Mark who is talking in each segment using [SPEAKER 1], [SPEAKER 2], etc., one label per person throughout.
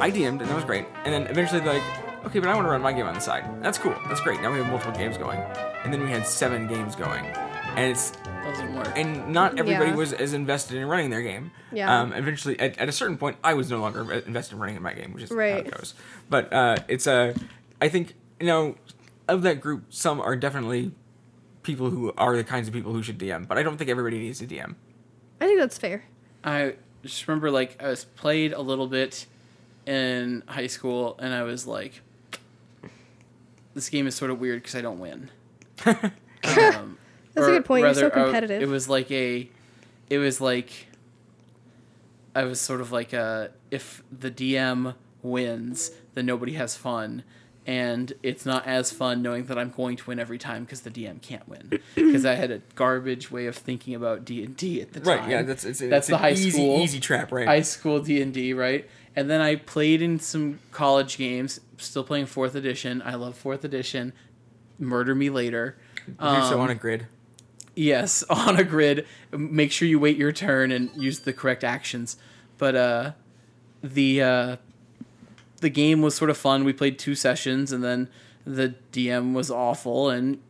[SPEAKER 1] I DM'd and that was great. And then eventually they're like, okay, but I want to run my game on the side. That's cool. That's great. Now we have multiple games going. And then we had seven games going. And it's
[SPEAKER 2] Doesn't work.
[SPEAKER 1] and not everybody
[SPEAKER 3] Yeah.
[SPEAKER 1] was as invested in running their game.
[SPEAKER 3] Yeah.
[SPEAKER 1] Um, eventually, at, at a certain point, I was no longer invested in running in my game, which is how
[SPEAKER 3] Right.
[SPEAKER 1] it goes. But uh, it's a, I think you know, of that group, some are definitely people who are the kinds of people who should DM. But I don't think everybody needs to DM.
[SPEAKER 3] I think that's fair.
[SPEAKER 2] I just remember like I was played a little bit in high school, and I was like, "This game is sort of weird because I don't win." um,
[SPEAKER 3] That's a
[SPEAKER 2] or
[SPEAKER 3] good point. You're so
[SPEAKER 2] rather, I-
[SPEAKER 3] competitive.
[SPEAKER 2] it was like a, it was like, I was sort of like a if the DM wins, then nobody has fun. And it's not as fun knowing that I'm going to win every time because the DM can't win. Because I had a garbage way of thinking about D and D at the time.
[SPEAKER 1] Right? Yeah. That's it's,
[SPEAKER 2] that's
[SPEAKER 1] it's
[SPEAKER 2] the
[SPEAKER 1] an
[SPEAKER 2] high
[SPEAKER 1] easy,
[SPEAKER 2] school
[SPEAKER 1] easy trap. Right.
[SPEAKER 2] high school D and D, right? And then I played in some college games. Still playing fourth edition. I love fourth edition. Murder me later.
[SPEAKER 1] Do so
[SPEAKER 2] Um,
[SPEAKER 1] on a grid.
[SPEAKER 2] Yes, on a grid. Make sure you wait your turn and use the correct actions. But uh, the uh, the game was sort of fun. We played two sessions, and then the DM was awful, and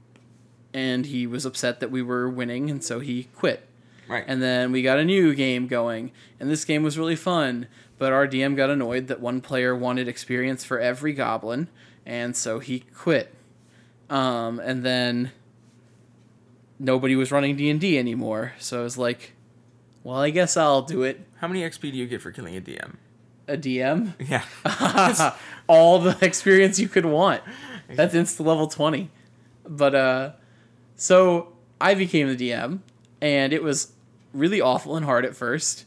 [SPEAKER 2] and he was upset that we were winning, and so he quit.
[SPEAKER 1] Right.
[SPEAKER 2] And then we got a new game going, and this game was really fun. But our DM got annoyed that one player wanted experience for every goblin, and so he quit. Um, and then nobody was running D and D anymore, so I was like, "Well, I guess I'll do it."
[SPEAKER 1] How many XP do you get for killing a DM?
[SPEAKER 2] A DM,
[SPEAKER 1] Yeah.
[SPEAKER 2] all the experience you could want. That's insta level twenty. But uh, so I became the DM, and it was really awful and hard at first,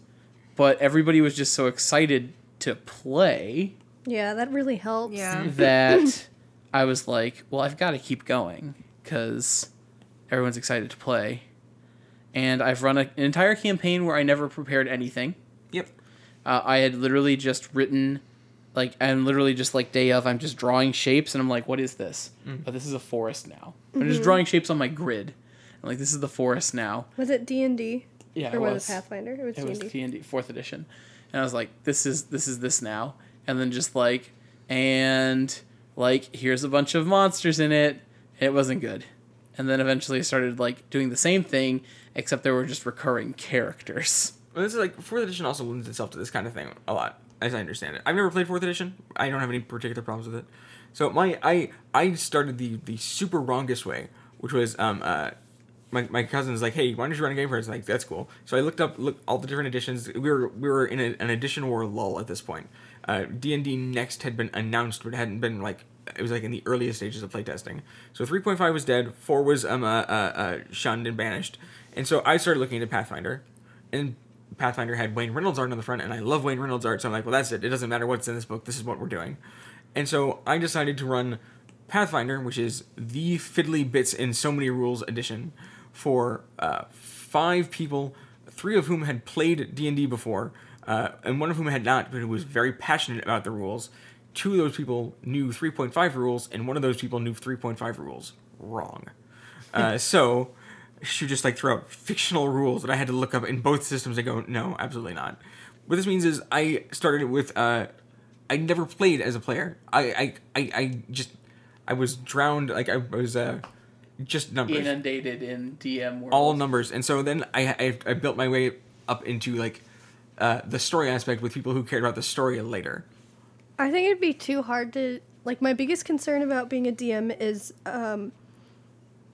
[SPEAKER 2] but everybody was just so excited to play
[SPEAKER 3] Yeah, that really helps.
[SPEAKER 4] Yeah.
[SPEAKER 2] that I was like, well, I've got to keep going because everyone's excited to play. And I've run a, an entire campaign where I never prepared anything.
[SPEAKER 1] yep.
[SPEAKER 2] Uh, I had literally just written, like, I'm literally just like day of, I'm just drawing shapes and I'm like, what is this? Oh, this is a forest now. I'm
[SPEAKER 3] Mm-hmm.
[SPEAKER 2] just drawing shapes on my grid. I'm like, this is the forest now.
[SPEAKER 3] Was it D and D
[SPEAKER 2] Yeah,
[SPEAKER 3] or
[SPEAKER 2] it
[SPEAKER 3] was,
[SPEAKER 2] was.
[SPEAKER 3] it Pathfinder? It was D
[SPEAKER 2] It was
[SPEAKER 3] and D.
[SPEAKER 2] D and D fourth edition, and I was like, "This is this is this now." And then just like, and like, here's a bunch of monsters in it. It wasn't good. And then eventually I started like doing the same thing, except there were just recurring characters.
[SPEAKER 1] Well, this is like fourth edition also lends itself to this kind of thing a lot, as I understand it. I've never played fourth edition. I don't have any particular problems with it. So my I I started the the super wrongest way, which was um uh. My, my cousin's like, hey, why don't you run a game for us? Like, that's cool. So I looked up look all the different editions. We were we were in a, an edition war lull at this point. Uh, D and D Next had been announced, but it hadn't been like it was like in the earliest stages of playtesting. So 3.5 was dead. Four was um uh, uh, uh shunned and banished. And so I started looking into Pathfinder, and Pathfinder had Wayne Reynolds art on the front, and I love Wayne Reynolds art, so I'm like, well, that's it. It doesn't matter what's in this book. This is what we're doing. And so I decided to run Pathfinder, which is the fiddly bits in so many rules edition, for uh, five people, three of whom had played D and D before, uh, and one of whom had not, but who was very passionate about the rules. Two of those people knew 3.5 rules, and one of those people knew 3.5 rules wrong. Uh, so she would just like throw out fictional rules that I had to look up in both systems and go, no, absolutely not. What this means is I started it with uh, I never played as a player. I I, I, I just I was drowned like I was uh, just numbers
[SPEAKER 2] Inundated in DM world.
[SPEAKER 1] all numbers. And so then I, I, I built my way up into like uh, the story aspect with people who cared about the story later.
[SPEAKER 3] I think it'd be too hard to like. My biggest concern about being a DM is, um,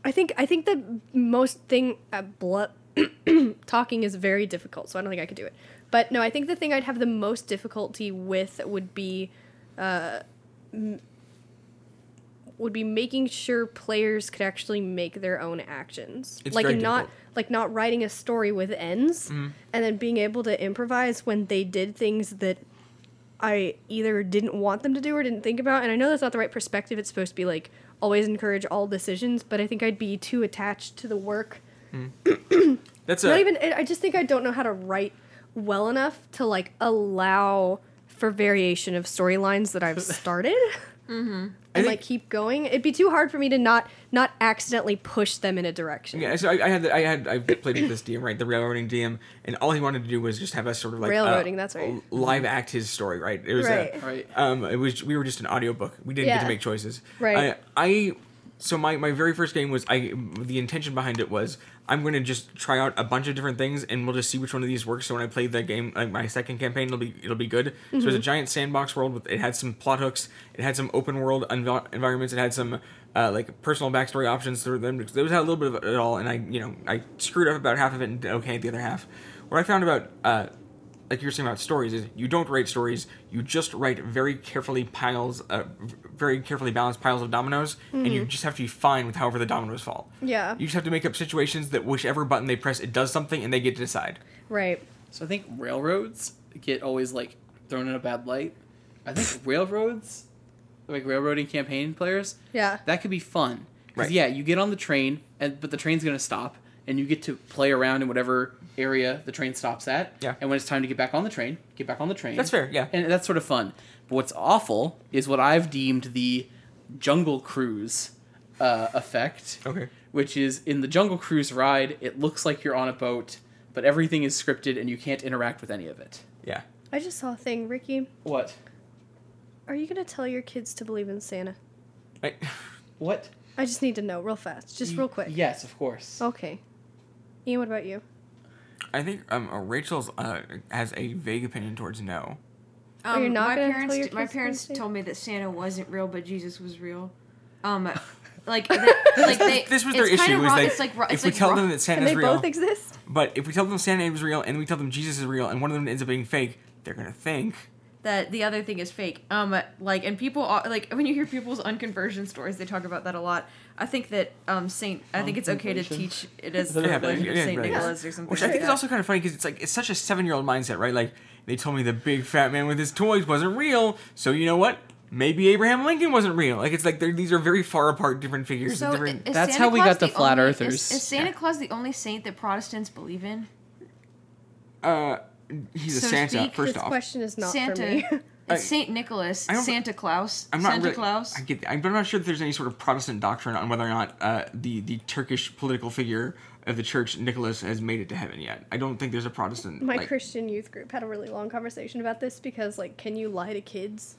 [SPEAKER 3] I think I think the most thing uh, blu- talking is very difficult, so I don't think I could do it. But no, I think the thing I'd have the most difficulty with would be, uh, m- would be making sure players could actually make their own actions,
[SPEAKER 1] It's
[SPEAKER 3] like
[SPEAKER 1] very
[SPEAKER 3] not
[SPEAKER 1] difficult. Mm-hmm.
[SPEAKER 3] like not writing a story with ends, and then being able to improvise when they did things that I either didn't want them to do or didn't think about. And I know that's not the right perspective. It's supposed to be like always encourage all decisions, but I think I'd be too attached to the work.
[SPEAKER 1] That's
[SPEAKER 3] Not
[SPEAKER 1] a,
[SPEAKER 3] even. I I just think I don't know how to write well enough to like allow for variation of storylines that I've started. and
[SPEAKER 1] Mm-hmm. think-
[SPEAKER 3] like keep going. It'd be too hard for me to not not accidentally push them in a direction.
[SPEAKER 1] Yeah, so I, I had the, I had I played with this DM right, the railroading DM, and all he wanted to do was just have us sort of like uh,
[SPEAKER 3] Railroading, that's right.
[SPEAKER 1] live act his story, right? It was a-
[SPEAKER 3] Right.
[SPEAKER 2] Right.
[SPEAKER 1] Um, it was we were just an audiobook. We didn't get to
[SPEAKER 3] Yeah.
[SPEAKER 1] make choices.
[SPEAKER 3] Right.
[SPEAKER 1] I, I so my my very first game was I the intention behind it was I'm going to just try out a bunch of different things and we'll just see which one of these works. So when I play the game, like my second campaign, it'll be it'll be good. So it was a giant sandbox world. With, it had some plot hooks. It had some open world env- environments. It had some. Uh, like personal backstory options through them. Those had a little bit of it all, and I, you know, I screwed up about half of it and did okay at the other half. What I found about uh, like you're saying about stories is you don't write stories you just write very carefully piles uh, v- very carefully balanced piles of dominoes and
[SPEAKER 4] Mm-hmm.
[SPEAKER 1] you just have to be fine with however the dominoes fall
[SPEAKER 3] Yeah.
[SPEAKER 1] you just have to make up situations that whichever button they press it does something and they get to decide
[SPEAKER 3] Right.
[SPEAKER 2] So I think railroads get always like thrown in a bad light. I think railroads, like railroading campaign players,
[SPEAKER 3] Yeah.
[SPEAKER 2] that could be fun. 'Cause,
[SPEAKER 1] Right.
[SPEAKER 2] Yeah, you get on the train, and but the train's gonna stop, and you get to play around in whatever area the train stops at.
[SPEAKER 1] Yeah.
[SPEAKER 2] And when it's time to get back on the train, get back on the train.
[SPEAKER 1] That's fair, yeah.
[SPEAKER 2] And that's sort of fun. But what's awful is what I've deemed the jungle cruise uh, effect
[SPEAKER 1] okay
[SPEAKER 2] which is in the Jungle Cruise ride, it looks like you're on a boat, but everything is scripted and you can't interact with any of it.
[SPEAKER 1] yeah
[SPEAKER 3] I just saw a thing, Ricky.
[SPEAKER 2] What?
[SPEAKER 3] Are you gonna tell your kids to believe in Santa?
[SPEAKER 1] I,
[SPEAKER 2] What?
[SPEAKER 3] I just need to know real fast, just real quick. Oh,
[SPEAKER 2] Yes, of course.
[SPEAKER 3] Okay. Ian, what about you?
[SPEAKER 1] I think um, uh, Rachel's uh, has a vague opinion towards no.
[SPEAKER 3] Oh, you're not gonna
[SPEAKER 4] Um, my parents,
[SPEAKER 3] tell your
[SPEAKER 4] di- my
[SPEAKER 3] kids
[SPEAKER 4] parents
[SPEAKER 3] these
[SPEAKER 4] told me that Santa wasn't real, but Jesus was real. Um, like, that, like they,
[SPEAKER 1] This was their
[SPEAKER 4] it's kinda
[SPEAKER 1] issue. Was
[SPEAKER 4] wrong-
[SPEAKER 1] that
[SPEAKER 4] it's like ro-
[SPEAKER 1] if
[SPEAKER 4] it's
[SPEAKER 1] we
[SPEAKER 4] like
[SPEAKER 1] tell
[SPEAKER 4] ro-
[SPEAKER 1] them that
[SPEAKER 3] And
[SPEAKER 1] Santa's
[SPEAKER 3] they
[SPEAKER 1] real,
[SPEAKER 3] both exist?
[SPEAKER 1] but if we tell them Santa is real and we tell them Jesus is real, and one of them ends up being fake, they're gonna think
[SPEAKER 4] that the other thing is fake. Um, like, and people are, like when you hear people's unconversion stories, they talk about that a lot. I think that um Saint, I think it's okay to
[SPEAKER 2] Unconversion.
[SPEAKER 4] teach it as
[SPEAKER 2] That
[SPEAKER 4] the
[SPEAKER 1] Yeah,
[SPEAKER 2] like
[SPEAKER 1] but-
[SPEAKER 4] religion of
[SPEAKER 1] yeah,
[SPEAKER 4] Saint
[SPEAKER 1] right.
[SPEAKER 4] Nicholas or something.
[SPEAKER 1] Which I
[SPEAKER 4] like
[SPEAKER 1] think is
[SPEAKER 4] that.
[SPEAKER 1] also kind of funny because it's like it's such a seven-year-old mindset, right? Like they told me the big fat man with his toys wasn't real, so you know what? Maybe Abraham Lincoln wasn't real. Like it's like they're- these are very far apart different figures. and
[SPEAKER 4] So
[SPEAKER 1] different,
[SPEAKER 4] is
[SPEAKER 2] That's
[SPEAKER 4] Santa
[SPEAKER 2] how we
[SPEAKER 4] Claus
[SPEAKER 2] got the flat
[SPEAKER 4] only-
[SPEAKER 2] earthers.
[SPEAKER 4] Is, is Santa Claus the only saint that Protestants believe in?
[SPEAKER 1] uh, he's a
[SPEAKER 4] so to
[SPEAKER 1] Santa.
[SPEAKER 4] speak,
[SPEAKER 1] first
[SPEAKER 3] this
[SPEAKER 1] off,
[SPEAKER 3] question is not
[SPEAKER 4] Santa.
[SPEAKER 3] for me.
[SPEAKER 1] I-
[SPEAKER 4] It's Saint Nicholas,
[SPEAKER 1] I don't-
[SPEAKER 4] Santa Claus,
[SPEAKER 1] I'm not
[SPEAKER 4] Santa
[SPEAKER 1] really,
[SPEAKER 4] Claus.
[SPEAKER 1] I get, I'm not sure if there's any sort of Protestant doctrine on whether or not uh, the the Turkish political figure of the church Nicholas has made it to heaven yet. I don't think there's a Protestant.
[SPEAKER 3] My
[SPEAKER 1] like-
[SPEAKER 3] Christian youth group had a really long conversation about this because, like, can you lie to kids?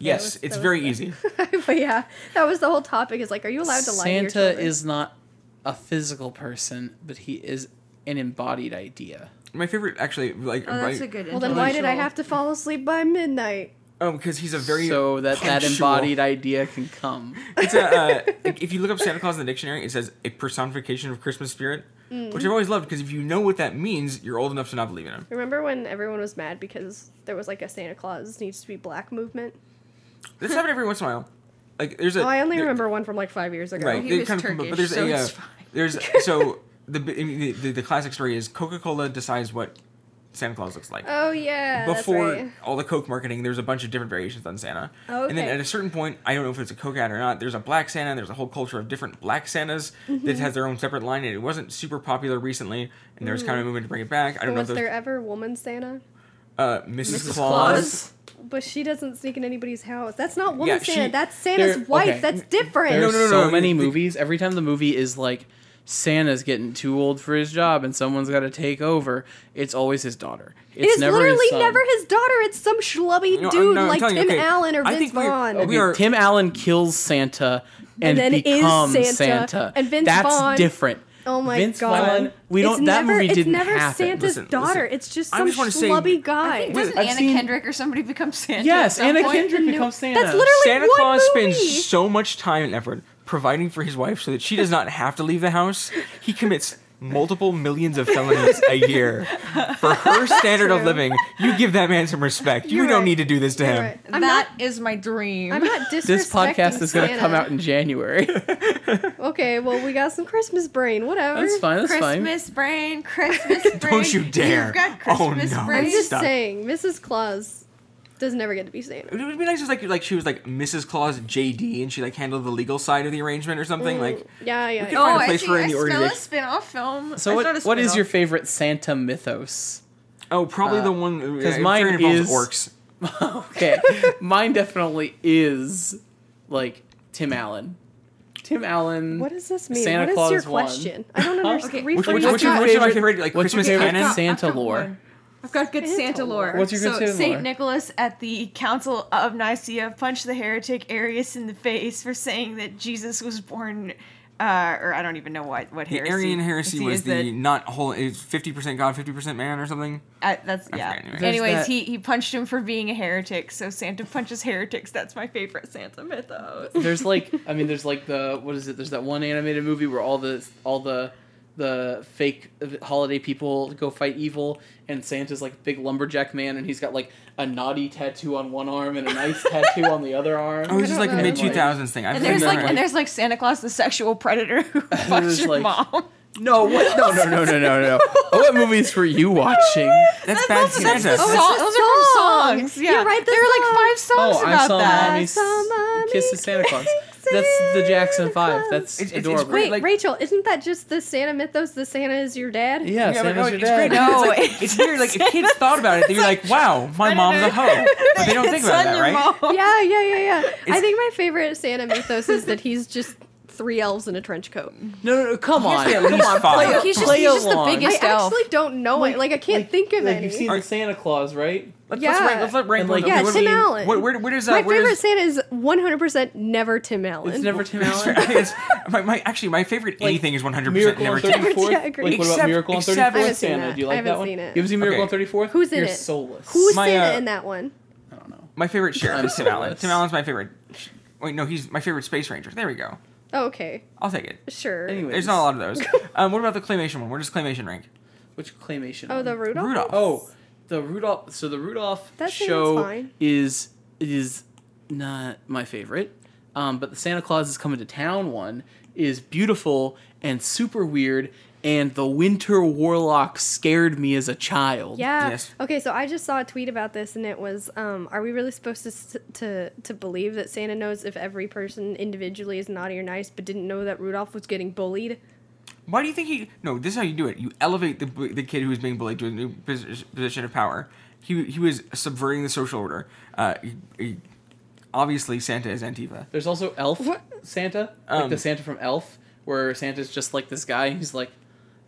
[SPEAKER 1] yes,
[SPEAKER 3] was-
[SPEAKER 1] it's
[SPEAKER 3] that was
[SPEAKER 1] very
[SPEAKER 3] the-
[SPEAKER 1] easy.
[SPEAKER 3] but yeah, that was the whole topic. Is like, are you allowed to lie? to your
[SPEAKER 2] Santa
[SPEAKER 3] children?
[SPEAKER 2] is not a physical person, but he is an embodied idea.
[SPEAKER 1] My favorite, actually, like
[SPEAKER 4] oh, that's
[SPEAKER 1] right-
[SPEAKER 4] a good.
[SPEAKER 3] Well, then why did I
[SPEAKER 4] intellectual-
[SPEAKER 3] have to fall asleep by midnight?
[SPEAKER 1] Oh, because he's a very
[SPEAKER 2] so that that
[SPEAKER 1] punctual-
[SPEAKER 2] embodied idea can come.
[SPEAKER 1] It's a uh, like, if you look up Santa Claus in the dictionary, it says a personification of Christmas spirit,
[SPEAKER 3] Mm.
[SPEAKER 1] which I've always loved because if you know what that means, you're old enough to not believe in him.
[SPEAKER 3] Remember when everyone was mad because there was like a Santa Claus needs to be black movement?
[SPEAKER 1] This happened every once in a while. Like there's a.
[SPEAKER 3] Oh, I only
[SPEAKER 1] there-
[SPEAKER 3] remember one from like five years ago.
[SPEAKER 1] Right,
[SPEAKER 4] he
[SPEAKER 1] they
[SPEAKER 4] was
[SPEAKER 1] kind of come- but
[SPEAKER 4] Turkish,
[SPEAKER 1] there's
[SPEAKER 4] so
[SPEAKER 1] a uh,
[SPEAKER 4] it's fine.
[SPEAKER 1] there's so the, bi- I mean, the the the classic story is Coca-Cola decides what Santa Claus looks like.
[SPEAKER 3] Oh yeah,
[SPEAKER 1] before
[SPEAKER 3] that's right.
[SPEAKER 1] all the Coke marketing, there's a bunch of different variations on Santa.
[SPEAKER 3] Oh,
[SPEAKER 1] And then
[SPEAKER 3] okay.
[SPEAKER 1] at a certain point, I don't know if it's a Coke ad or not. There's a black Santa. And there's a whole culture of different black Santas
[SPEAKER 3] Mm-hmm.
[SPEAKER 1] that has their own separate line, and it wasn't super popular recently. And there's
[SPEAKER 3] Mm.
[SPEAKER 1] kind of a movement to bring it back. I don't know if
[SPEAKER 3] Was
[SPEAKER 1] those,
[SPEAKER 3] there ever woman Santa?
[SPEAKER 1] uh, Mrs.
[SPEAKER 4] Mrs.
[SPEAKER 1] Claus.
[SPEAKER 4] Claus?
[SPEAKER 3] But she doesn't sneak in anybody's house. That's not woman
[SPEAKER 1] Yeah, she-
[SPEAKER 3] Santa. That's Santa's
[SPEAKER 2] there-
[SPEAKER 3] wife.
[SPEAKER 2] okay.
[SPEAKER 3] That's different.
[SPEAKER 2] There's
[SPEAKER 1] No, no, no,
[SPEAKER 2] so
[SPEAKER 1] no,
[SPEAKER 2] many
[SPEAKER 1] the-
[SPEAKER 2] movies. Every time the movie is like Santa's getting too old for his job and someone's got to take over, it's always his daughter. It's
[SPEAKER 3] It is
[SPEAKER 2] never
[SPEAKER 3] literally
[SPEAKER 2] his son.
[SPEAKER 3] never his daughter. It's some schlubby
[SPEAKER 1] No, I'm-
[SPEAKER 3] dude
[SPEAKER 1] no, I'm
[SPEAKER 3] like
[SPEAKER 1] telling you,
[SPEAKER 3] Tim
[SPEAKER 1] okay,
[SPEAKER 3] Allen or
[SPEAKER 1] I
[SPEAKER 3] Vince
[SPEAKER 1] think we-
[SPEAKER 3] Vaughn.
[SPEAKER 1] we
[SPEAKER 2] Okay,
[SPEAKER 1] are-
[SPEAKER 2] Tim Allen kills Santa and,
[SPEAKER 3] And then is
[SPEAKER 2] becomes Santa.
[SPEAKER 3] Santa, and Vince
[SPEAKER 2] That's
[SPEAKER 3] Vaughn-
[SPEAKER 2] different.
[SPEAKER 3] Oh my
[SPEAKER 2] Vince
[SPEAKER 3] god!
[SPEAKER 2] Vaughn, we
[SPEAKER 3] It's
[SPEAKER 2] don't. that
[SPEAKER 3] never-
[SPEAKER 2] movie
[SPEAKER 3] it's
[SPEAKER 2] didn't
[SPEAKER 3] never
[SPEAKER 2] happen.
[SPEAKER 3] Santa's
[SPEAKER 1] Listen,
[SPEAKER 3] daughter.
[SPEAKER 1] listen.
[SPEAKER 3] It's just
[SPEAKER 1] I
[SPEAKER 3] some
[SPEAKER 1] just wanna say-
[SPEAKER 3] schlubby
[SPEAKER 4] I
[SPEAKER 3] guy.
[SPEAKER 4] think doesn't
[SPEAKER 2] I've
[SPEAKER 4] Anna
[SPEAKER 2] seen-
[SPEAKER 4] Kendrick or somebody become Santa?
[SPEAKER 2] Yes,
[SPEAKER 4] at some
[SPEAKER 2] Anna
[SPEAKER 4] point?
[SPEAKER 2] Kendrick
[SPEAKER 3] No,
[SPEAKER 2] becomes Santa.
[SPEAKER 3] That's literally
[SPEAKER 1] Santa
[SPEAKER 3] one
[SPEAKER 1] Claus
[SPEAKER 3] movie.
[SPEAKER 1] spends so much time and effort providing for his wife so that she does not have to leave the house. He commits multiple millions of felonies a year. For her standard of
[SPEAKER 3] True.
[SPEAKER 1] living, you give that man some respect. You
[SPEAKER 3] You're
[SPEAKER 1] don't
[SPEAKER 3] right.
[SPEAKER 1] need to do this to
[SPEAKER 3] You're
[SPEAKER 1] him.
[SPEAKER 3] right. I'm
[SPEAKER 4] That
[SPEAKER 3] not.
[SPEAKER 4] is my dream.
[SPEAKER 3] I'm not disrespecting
[SPEAKER 2] This podcast is going to
[SPEAKER 3] Santa.
[SPEAKER 2] come out in January.
[SPEAKER 3] Okay, well we got some Christmas brain. Whatever.
[SPEAKER 2] that's fine. That's fine.
[SPEAKER 4] Christmas brain, Christmas brain.
[SPEAKER 1] Don't you dare.
[SPEAKER 4] You've got
[SPEAKER 1] Oh,
[SPEAKER 4] Christmas
[SPEAKER 1] no.
[SPEAKER 4] brain.
[SPEAKER 3] I'm just
[SPEAKER 1] Stop.
[SPEAKER 3] saying, Mrs. Claus does never get to be Santa.
[SPEAKER 1] It would be nice if like like she was like Mrs. Claus JD and she like handled the legal side of the arrangement or something. Like
[SPEAKER 3] Yeah, yeah.
[SPEAKER 1] could
[SPEAKER 3] yeah.
[SPEAKER 4] oh,
[SPEAKER 1] find a
[SPEAKER 4] I
[SPEAKER 1] place
[SPEAKER 4] see.
[SPEAKER 1] for her in
[SPEAKER 4] I
[SPEAKER 1] the
[SPEAKER 4] smell a
[SPEAKER 1] organization.
[SPEAKER 4] spin-off film.
[SPEAKER 2] So
[SPEAKER 4] I
[SPEAKER 2] what,
[SPEAKER 4] smell a
[SPEAKER 2] what is your
[SPEAKER 4] spin-off.
[SPEAKER 2] favorite Santa mythos?
[SPEAKER 1] oh, probably the one because
[SPEAKER 2] Uh, mine
[SPEAKER 1] involves
[SPEAKER 2] is-
[SPEAKER 1] orcs.
[SPEAKER 2] okay. Mine definitely is like Tim Allen. Tim Allen.
[SPEAKER 3] Oh, What does this mean?
[SPEAKER 2] Santa
[SPEAKER 3] what is
[SPEAKER 2] Claus
[SPEAKER 3] your
[SPEAKER 2] won.
[SPEAKER 3] question? I don't
[SPEAKER 4] Okay,
[SPEAKER 3] understand.
[SPEAKER 1] Which,
[SPEAKER 3] Rephrase
[SPEAKER 1] which,
[SPEAKER 3] that.
[SPEAKER 1] which,
[SPEAKER 4] What's
[SPEAKER 1] which
[SPEAKER 4] your
[SPEAKER 1] are my
[SPEAKER 2] favorite-
[SPEAKER 1] favorite like
[SPEAKER 2] what's your
[SPEAKER 1] Christmas
[SPEAKER 2] favorite
[SPEAKER 1] canon?
[SPEAKER 4] I've got-
[SPEAKER 2] Santa
[SPEAKER 4] I've got
[SPEAKER 2] lore?
[SPEAKER 4] one. I've got good
[SPEAKER 3] Santa
[SPEAKER 4] Santa,
[SPEAKER 3] lore.
[SPEAKER 4] lore.
[SPEAKER 2] What's your good
[SPEAKER 4] so
[SPEAKER 2] Santa lore?
[SPEAKER 4] Saint Nicholas at the Council of Nicaea punched the heretic Arius in the face for saying that Jesus was born, uh, or I don't even know what what
[SPEAKER 1] The
[SPEAKER 4] heresy.
[SPEAKER 1] Arian heresy was
[SPEAKER 4] is
[SPEAKER 1] the not whole. It's fifty percent God, fifty percent man, or something.
[SPEAKER 4] that- I- that's yeah.
[SPEAKER 1] forget anyway.
[SPEAKER 2] There's
[SPEAKER 4] Anyways,
[SPEAKER 2] that-
[SPEAKER 4] he he punched him for being a heretic. So Santa punches heretics. That's my favorite Santa mythos.
[SPEAKER 2] there's like I mean there's like the what is it? There's that one animated movie where all the all the the fake holiday people go fight evil and Santa's like a big lumberjack man and he's got like a naughty tattoo on one arm and a nice tattoo on the other arm.
[SPEAKER 1] Oh, it's just
[SPEAKER 3] don't
[SPEAKER 1] like a
[SPEAKER 3] know.
[SPEAKER 1] mid two thousands thing. I've
[SPEAKER 4] And there's
[SPEAKER 1] seen
[SPEAKER 4] like
[SPEAKER 1] that.
[SPEAKER 4] and there's like Santa Claus the sexual predator who
[SPEAKER 2] there's,
[SPEAKER 4] punched your
[SPEAKER 2] like-
[SPEAKER 4] mom.
[SPEAKER 2] No, what? No, no, no, no, no, no. what movies were you watching?
[SPEAKER 1] that's bad
[SPEAKER 4] also- that's
[SPEAKER 1] Santa.
[SPEAKER 4] the
[SPEAKER 3] Oh,
[SPEAKER 4] song-
[SPEAKER 3] it's a
[SPEAKER 4] those are
[SPEAKER 3] song.
[SPEAKER 4] from songs.
[SPEAKER 3] You're
[SPEAKER 4] Yeah,
[SPEAKER 3] right, the
[SPEAKER 4] There were
[SPEAKER 3] song.
[SPEAKER 4] like five songs
[SPEAKER 2] Oh,
[SPEAKER 4] about
[SPEAKER 2] I saw
[SPEAKER 4] that.
[SPEAKER 2] Mommy,
[SPEAKER 3] saw Mommy
[SPEAKER 2] Kiss the Santa Claus.
[SPEAKER 3] kiss
[SPEAKER 2] That's the Jackson
[SPEAKER 3] Santa
[SPEAKER 2] Five.
[SPEAKER 3] Claus.
[SPEAKER 2] That's
[SPEAKER 1] It's- it's- it's
[SPEAKER 2] adorable.
[SPEAKER 1] great.
[SPEAKER 3] Wait,
[SPEAKER 1] like-
[SPEAKER 3] Rachel, isn't that just the Santa mythos? The Santa is your dad.
[SPEAKER 2] Yeah,
[SPEAKER 1] Yeah, but
[SPEAKER 2] Santa's
[SPEAKER 1] no,
[SPEAKER 2] your
[SPEAKER 1] it's
[SPEAKER 2] dad.
[SPEAKER 1] great.
[SPEAKER 4] No,
[SPEAKER 1] it's, like,
[SPEAKER 4] it
[SPEAKER 1] it's weird. Like if kids thought about it, they'd be like, "Wow, my mom's a hoe," but they don't think
[SPEAKER 4] It's
[SPEAKER 1] about
[SPEAKER 4] on
[SPEAKER 1] that,
[SPEAKER 4] your
[SPEAKER 1] right?
[SPEAKER 4] mom.
[SPEAKER 3] yeah, yeah, yeah, yeah. I think my favorite Santa mythos is that he's just three elves in a trench coat.
[SPEAKER 2] No, no, no, come on.
[SPEAKER 1] at least
[SPEAKER 2] come on,
[SPEAKER 1] five.
[SPEAKER 2] Play,
[SPEAKER 4] He's just-
[SPEAKER 2] play
[SPEAKER 4] he's just the
[SPEAKER 2] along.
[SPEAKER 4] biggest-
[SPEAKER 3] I
[SPEAKER 4] Just elf.
[SPEAKER 3] actually don't know it. Like I can't think of
[SPEAKER 2] like,
[SPEAKER 3] any.
[SPEAKER 2] You've seen the Santa Claus, right?
[SPEAKER 1] Let's,
[SPEAKER 3] Yeah.
[SPEAKER 1] let's rank. Let's let rank.
[SPEAKER 2] And, like,
[SPEAKER 1] okay,
[SPEAKER 2] Yeah,
[SPEAKER 1] what do
[SPEAKER 3] Tim
[SPEAKER 1] we-
[SPEAKER 3] Allen.
[SPEAKER 1] What, where, where does
[SPEAKER 3] my
[SPEAKER 1] that? where
[SPEAKER 3] favorite
[SPEAKER 1] does,
[SPEAKER 3] Santa is 100% never Tim Allen.
[SPEAKER 2] It's never Tim Allen.
[SPEAKER 1] It's- my, my, actually, my favorite anything is one hundred percent
[SPEAKER 2] Miracle
[SPEAKER 1] never.
[SPEAKER 2] on
[SPEAKER 1] Tim-
[SPEAKER 3] Never
[SPEAKER 2] 34th.
[SPEAKER 3] Tim-
[SPEAKER 2] Like, what
[SPEAKER 1] Except-
[SPEAKER 2] about Miracle on
[SPEAKER 1] except-
[SPEAKER 2] 34th
[SPEAKER 1] I
[SPEAKER 3] haven't seen
[SPEAKER 2] Santa?
[SPEAKER 3] that.
[SPEAKER 2] Do you
[SPEAKER 3] I
[SPEAKER 2] like
[SPEAKER 3] haven't
[SPEAKER 2] that one?
[SPEAKER 3] seen it.
[SPEAKER 2] You ever seen Miracle
[SPEAKER 1] Okay.
[SPEAKER 2] on 34th?
[SPEAKER 3] Who's in
[SPEAKER 2] You're
[SPEAKER 3] it?
[SPEAKER 2] soulless.
[SPEAKER 3] Who's
[SPEAKER 1] My,
[SPEAKER 3] Santa
[SPEAKER 1] uh,
[SPEAKER 3] in that one?
[SPEAKER 2] I don't know.
[SPEAKER 1] My favorite sheriff
[SPEAKER 2] I'm
[SPEAKER 1] is Tim Allen.
[SPEAKER 2] clueless.
[SPEAKER 1] Tim Allen's my favorite. Wait, no, he's my favorite space ranger. There we go.
[SPEAKER 3] Oh, okay,
[SPEAKER 1] I'll take it.
[SPEAKER 3] sure.
[SPEAKER 2] Anyway.
[SPEAKER 1] There's not a lot of those. Um, what about the claymation one? Where does claymation rank?
[SPEAKER 2] Which claymation?
[SPEAKER 3] Oh,
[SPEAKER 2] one?
[SPEAKER 3] the Rudolph.
[SPEAKER 1] Rudolph.
[SPEAKER 2] Oh, the Rudolph. So the Rudolph
[SPEAKER 3] That thing, that's
[SPEAKER 2] show
[SPEAKER 3] fine.
[SPEAKER 2] is is not my favorite, um, but the Santa Claus is coming to town one is beautiful and super weird, and the Winter Warlock scared me as a child.
[SPEAKER 3] Yeah.
[SPEAKER 1] Yes.
[SPEAKER 3] Okay, so I just saw a tweet about this, and it was, um, "Are we really supposed to, s- to to believe that Santa knows if every person individually is naughty or nice, but didn't know that Rudolph was getting bullied?"
[SPEAKER 1] Why do you think he? No, this is how you do it. You elevate the the kid who is being bullied to a new posi- position of power. He he was subverting the social order. Uh, he- he- obviously, Santa is Antifa.
[SPEAKER 2] There's also Elf Santa, like the
[SPEAKER 1] Um,
[SPEAKER 2] Santa from Elf, where Santa's just like this guy. He's like,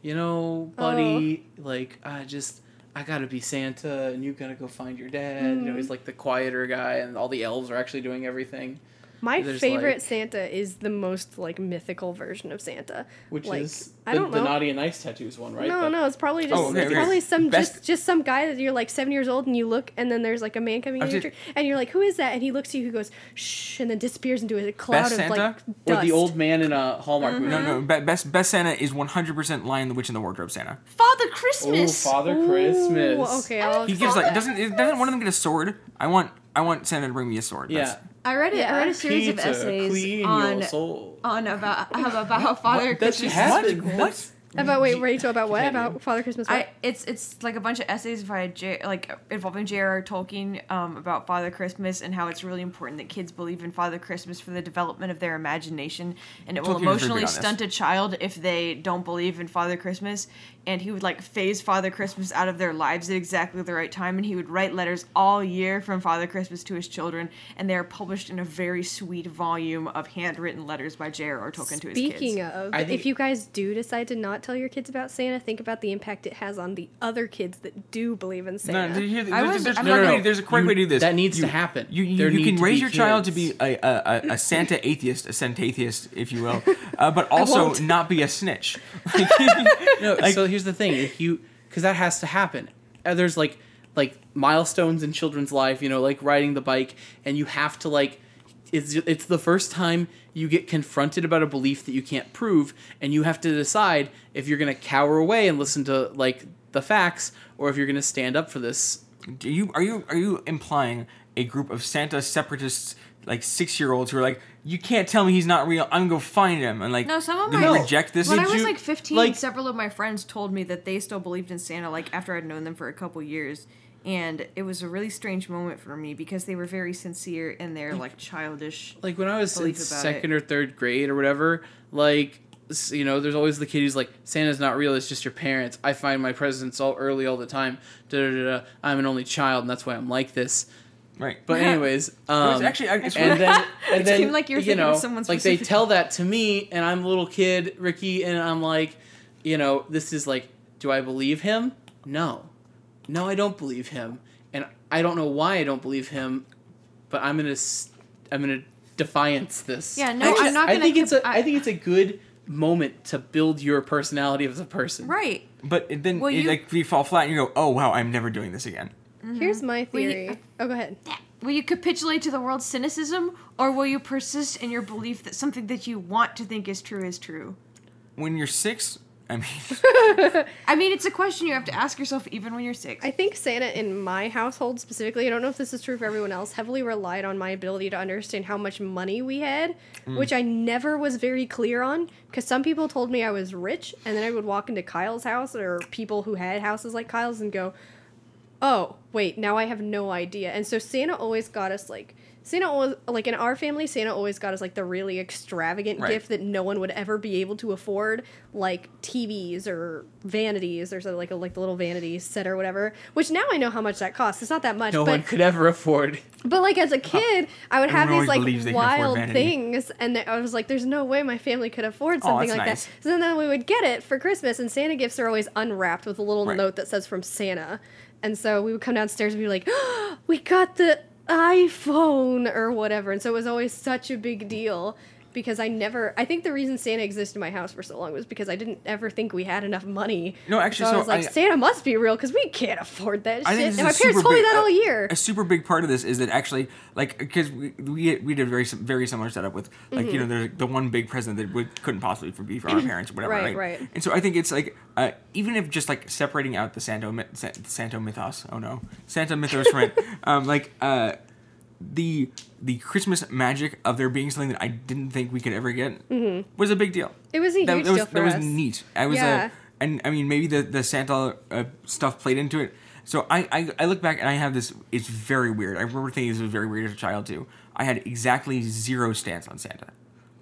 [SPEAKER 2] you know, buddy,
[SPEAKER 3] Oh.
[SPEAKER 2] like I just I gotta be Santa, and you gotta go find your dad. You know,
[SPEAKER 3] Mm.
[SPEAKER 2] he's like the quieter guy, and all the elves are actually doing everything.
[SPEAKER 3] My
[SPEAKER 2] There's,
[SPEAKER 3] favorite
[SPEAKER 2] like-
[SPEAKER 3] Santa is the most like mythical version of Santa,
[SPEAKER 2] Which
[SPEAKER 3] Like,
[SPEAKER 2] is the,
[SPEAKER 3] I don't
[SPEAKER 2] the
[SPEAKER 3] know.
[SPEAKER 2] naughty and nice tattoos one, Oh, right?
[SPEAKER 3] no,
[SPEAKER 2] The-
[SPEAKER 3] no, it's probably just
[SPEAKER 1] okay,
[SPEAKER 3] it's
[SPEAKER 1] okay.
[SPEAKER 3] probably some
[SPEAKER 1] Best-
[SPEAKER 3] just just some guy that you're like seven years old and you look and then there's like a man coming
[SPEAKER 1] I
[SPEAKER 3] in your
[SPEAKER 1] did-
[SPEAKER 3] dr- and you're like, who is that? And he looks at you, he goes, shh, and then disappears into a cloud of
[SPEAKER 1] Santa?
[SPEAKER 3] like
[SPEAKER 2] Or
[SPEAKER 3] dust. Mm-hmm.
[SPEAKER 2] the old man in a Hallmark movie.
[SPEAKER 1] No, no. Be, best best Santa is 100% Lion, the Witch, and the Wardrobe Santa.
[SPEAKER 4] Father
[SPEAKER 2] Oh,
[SPEAKER 4] Christmas.
[SPEAKER 2] Father
[SPEAKER 3] Ooh,
[SPEAKER 2] Christmas.
[SPEAKER 3] Okay, I'll
[SPEAKER 1] He gives like doesn't it- doesn't one of them get a sword? I want I want Santa to bring me a sword.
[SPEAKER 2] Yeah.
[SPEAKER 4] I read it. I read a series
[SPEAKER 2] Peter,
[SPEAKER 4] of essays
[SPEAKER 2] clean
[SPEAKER 4] on
[SPEAKER 2] your soul.
[SPEAKER 4] on about about how Father
[SPEAKER 2] That just
[SPEAKER 4] Christmas.
[SPEAKER 2] has
[SPEAKER 1] What?
[SPEAKER 2] been cool.
[SPEAKER 1] What?
[SPEAKER 3] about wait, Rachel, about what
[SPEAKER 2] Continue.
[SPEAKER 3] about Father Christmas?
[SPEAKER 4] I
[SPEAKER 3] what?
[SPEAKER 4] it's it's like a bunch of essays by J, like involving J.R.R. Tolkien um, about Father Christmas and how it's really important that kids believe in Father Christmas for the development of their imagination, and it
[SPEAKER 1] Tolkien
[SPEAKER 4] will
[SPEAKER 1] was very big
[SPEAKER 4] emotionally
[SPEAKER 1] on this.
[SPEAKER 4] stunt a child if they don't believe in Father Christmas. And he would like phase Father Christmas out of their lives at exactly the right time, and he would write letters all year from Father Christmas to his children, and they are published in a very sweet volume of handwritten letters by J.R.R. Tolkien to his kids.
[SPEAKER 3] Speaking of,
[SPEAKER 2] I think-
[SPEAKER 3] if you guys do decide to not tell your kids about Santa, think about the impact it has on the other kids that do believe in
[SPEAKER 1] No,
[SPEAKER 3] Santa.
[SPEAKER 1] did you hear-
[SPEAKER 4] I
[SPEAKER 1] there's,
[SPEAKER 4] was-
[SPEAKER 1] there's,
[SPEAKER 4] I'm
[SPEAKER 1] no,
[SPEAKER 4] not
[SPEAKER 1] no,
[SPEAKER 4] gonna-
[SPEAKER 1] no, there's a correct way to do this.
[SPEAKER 2] that needs
[SPEAKER 1] You-
[SPEAKER 2] to happen.
[SPEAKER 1] You you,
[SPEAKER 2] There
[SPEAKER 1] you
[SPEAKER 2] need
[SPEAKER 1] can
[SPEAKER 2] to
[SPEAKER 1] raise
[SPEAKER 2] be
[SPEAKER 1] your child to be
[SPEAKER 2] kids.
[SPEAKER 1] a, a, a, a Santa atheist, a Santatheist, if you will, uh, but also
[SPEAKER 3] won't.
[SPEAKER 1] not be a snitch.
[SPEAKER 2] No, so here's the thing: if you, because that has to happen. Uh, There's like, like milestones in children's life, you know, like riding the bike, and you have to like, it's it's the first time you get confronted about a belief that you can't prove, and you have to decide if you're gonna cower away and listen to like the facts, or if you're gonna stand up for this.
[SPEAKER 1] Do you are you are you implying a group of Santa separatists like six year olds who are like, you can't tell me he's not real. I'm gonna go find him and like
[SPEAKER 4] No, some of
[SPEAKER 1] they
[SPEAKER 4] my
[SPEAKER 1] reject this.
[SPEAKER 4] When
[SPEAKER 2] Did
[SPEAKER 4] I was
[SPEAKER 2] you-
[SPEAKER 4] like fifteen,
[SPEAKER 2] like-
[SPEAKER 4] several of my friends told me that they still believed in Santa. Like after I'd known them for a couple years, and it was a really strange moment for me because they were very sincere in their like childish.
[SPEAKER 2] Like when I was in
[SPEAKER 4] Belief about
[SPEAKER 2] second or third grade or whatever, like. s- You know, there's always the kid who's like, Santa's not real, it's just your parents. I find my presents all early all the time. Da, da, da, da. I'm an only child, and that's why I'm like this.
[SPEAKER 1] Right.
[SPEAKER 2] But anyways,
[SPEAKER 1] No,
[SPEAKER 2] um,
[SPEAKER 1] it's actually, I- it's
[SPEAKER 2] and then and
[SPEAKER 4] It
[SPEAKER 2] then
[SPEAKER 4] seemed like you were
[SPEAKER 2] you
[SPEAKER 4] thinking of
[SPEAKER 2] know
[SPEAKER 4] someone
[SPEAKER 2] like they
[SPEAKER 4] specific.
[SPEAKER 2] tell that to me and I'm a little kid Ricky and I'm like you know this is like do I believe him no no I don't believe him and I don't know why I don't believe him but I'm gonna s- I'm gonna defiance this
[SPEAKER 4] Yeah, no, I'm not
[SPEAKER 2] I
[SPEAKER 4] gonna
[SPEAKER 2] think it's
[SPEAKER 4] comp-
[SPEAKER 2] a I think it's a good moment to build your personality as a person
[SPEAKER 4] Right.
[SPEAKER 1] but it, then
[SPEAKER 4] Well,
[SPEAKER 1] it,
[SPEAKER 4] you-
[SPEAKER 1] like you fall flat and you go, oh wow, I'm never doing this again.
[SPEAKER 3] Here's my
[SPEAKER 4] Well, you-
[SPEAKER 3] theory. oh, go ahead.
[SPEAKER 4] Will you capitulate to the world's cynicism, or will you persist in your belief that something that you want to think is true is true?
[SPEAKER 1] When you're six, I mean,
[SPEAKER 4] I mean, it's a question you have to ask yourself even when you're six.
[SPEAKER 3] I think Santa in my household specifically, I don't know if this is true for everyone else, heavily relied on my ability to understand how much money we had, which I never was very clear on because some people told me I was rich, and then I would walk into Kyle's house or people who had houses like Kyle's and go, oh wait now i have no idea and so santa always got us like santa always like in our family santa always got us like the really extravagant
[SPEAKER 1] Right.
[SPEAKER 3] gift that no one would ever be able to afford like tvs or vanities or so like a, like the little vanity set or whatever which now i know how much that costs it's not that much
[SPEAKER 2] no
[SPEAKER 3] but
[SPEAKER 2] one could ever afford
[SPEAKER 3] but like as a kid, I would have
[SPEAKER 1] Everyone
[SPEAKER 3] these
[SPEAKER 1] always believes they
[SPEAKER 3] like
[SPEAKER 1] can afford
[SPEAKER 3] wild
[SPEAKER 1] vanity.
[SPEAKER 3] things, and th- I was like, "There's no way my family could afford
[SPEAKER 1] Aw,
[SPEAKER 3] something
[SPEAKER 1] that's
[SPEAKER 3] like
[SPEAKER 1] nice.
[SPEAKER 3] that." So then we would get it for Christmas, and Santa gifts are always unwrapped with a little
[SPEAKER 1] Right.
[SPEAKER 3] note that says from Santa. And so we would come downstairs and be like, "We got the iPhone or whatever," and so it was always such a big deal because I never. I think the reason Santa existed in my house for so long was because I didn't ever think we had enough money.
[SPEAKER 1] No, actually,
[SPEAKER 3] so,
[SPEAKER 1] so
[SPEAKER 3] I was like,
[SPEAKER 1] I-
[SPEAKER 3] Santa must be real because we can't afford that
[SPEAKER 1] I
[SPEAKER 3] shit.
[SPEAKER 1] think
[SPEAKER 3] And
[SPEAKER 1] this
[SPEAKER 3] my
[SPEAKER 1] is a super
[SPEAKER 3] parents told me
[SPEAKER 1] big-
[SPEAKER 3] that
[SPEAKER 1] a-
[SPEAKER 3] all year.
[SPEAKER 1] A super big part of this is that actually, like, because we, we we did a very sim- very similar setup with like
[SPEAKER 3] Mm-hmm.
[SPEAKER 1] you know the the one big present that would, couldn't possibly be for our parents or whatever,
[SPEAKER 3] Right,
[SPEAKER 1] right?
[SPEAKER 3] right.
[SPEAKER 1] And so I think it's like uh, even if just like separating out the Santo myth- Sa- Santo mythos, oh no, Santa mythos from it, um, like uh, the the Christmas magic of there being something that I didn't think we could ever get
[SPEAKER 3] Mm-hmm.
[SPEAKER 1] was a big deal.
[SPEAKER 3] It was a
[SPEAKER 1] that,
[SPEAKER 3] huge
[SPEAKER 1] that was,
[SPEAKER 3] deal for
[SPEAKER 1] that
[SPEAKER 3] us.
[SPEAKER 1] was neat. I was
[SPEAKER 3] Yeah.
[SPEAKER 1] a and I mean maybe the the Santa uh, stuff played into it. So I, I I look back and I have this. It's very weird. I remember thinking this was very weird as a child too. I had exactly zero stance on Santa.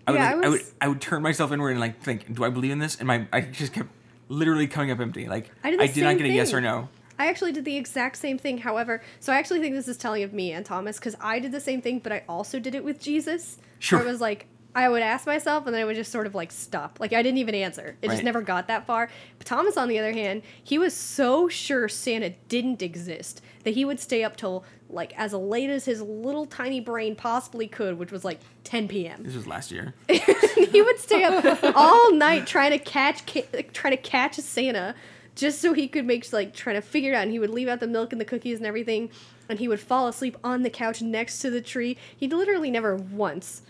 [SPEAKER 1] I would,
[SPEAKER 3] Yeah,
[SPEAKER 1] like,
[SPEAKER 3] I
[SPEAKER 1] I would
[SPEAKER 3] was-
[SPEAKER 1] I would turn myself inward and like think, do I believe in this? And my I just kept literally coming up empty. Like
[SPEAKER 3] I
[SPEAKER 1] I
[SPEAKER 3] did
[SPEAKER 1] did,
[SPEAKER 3] the
[SPEAKER 1] not
[SPEAKER 3] same
[SPEAKER 1] get a yes
[SPEAKER 3] thing.
[SPEAKER 1] or no.
[SPEAKER 3] I actually did the exact same thing, however. So I actually think this is telling of me and Thomas because I did the same thing, but I also did it with Jesus.
[SPEAKER 1] Sure.
[SPEAKER 3] Where it was like, I would ask myself and then I would just sort of like stop. Like I didn't even answer. It just
[SPEAKER 1] Right.
[SPEAKER 3] never got that far. But Thomas, on the other hand, he was so sure Santa didn't exist that he would stay up till like as late as his little tiny brain possibly could, which was like 10 p.m.
[SPEAKER 1] This was last year.
[SPEAKER 3] he would stay up all night trying to catch ca- like, trying to catch Santa just so he could make like trying to figure it out and he would leave out the milk and the cookies and everything and he would fall asleep on the couch next to the tree he literally never once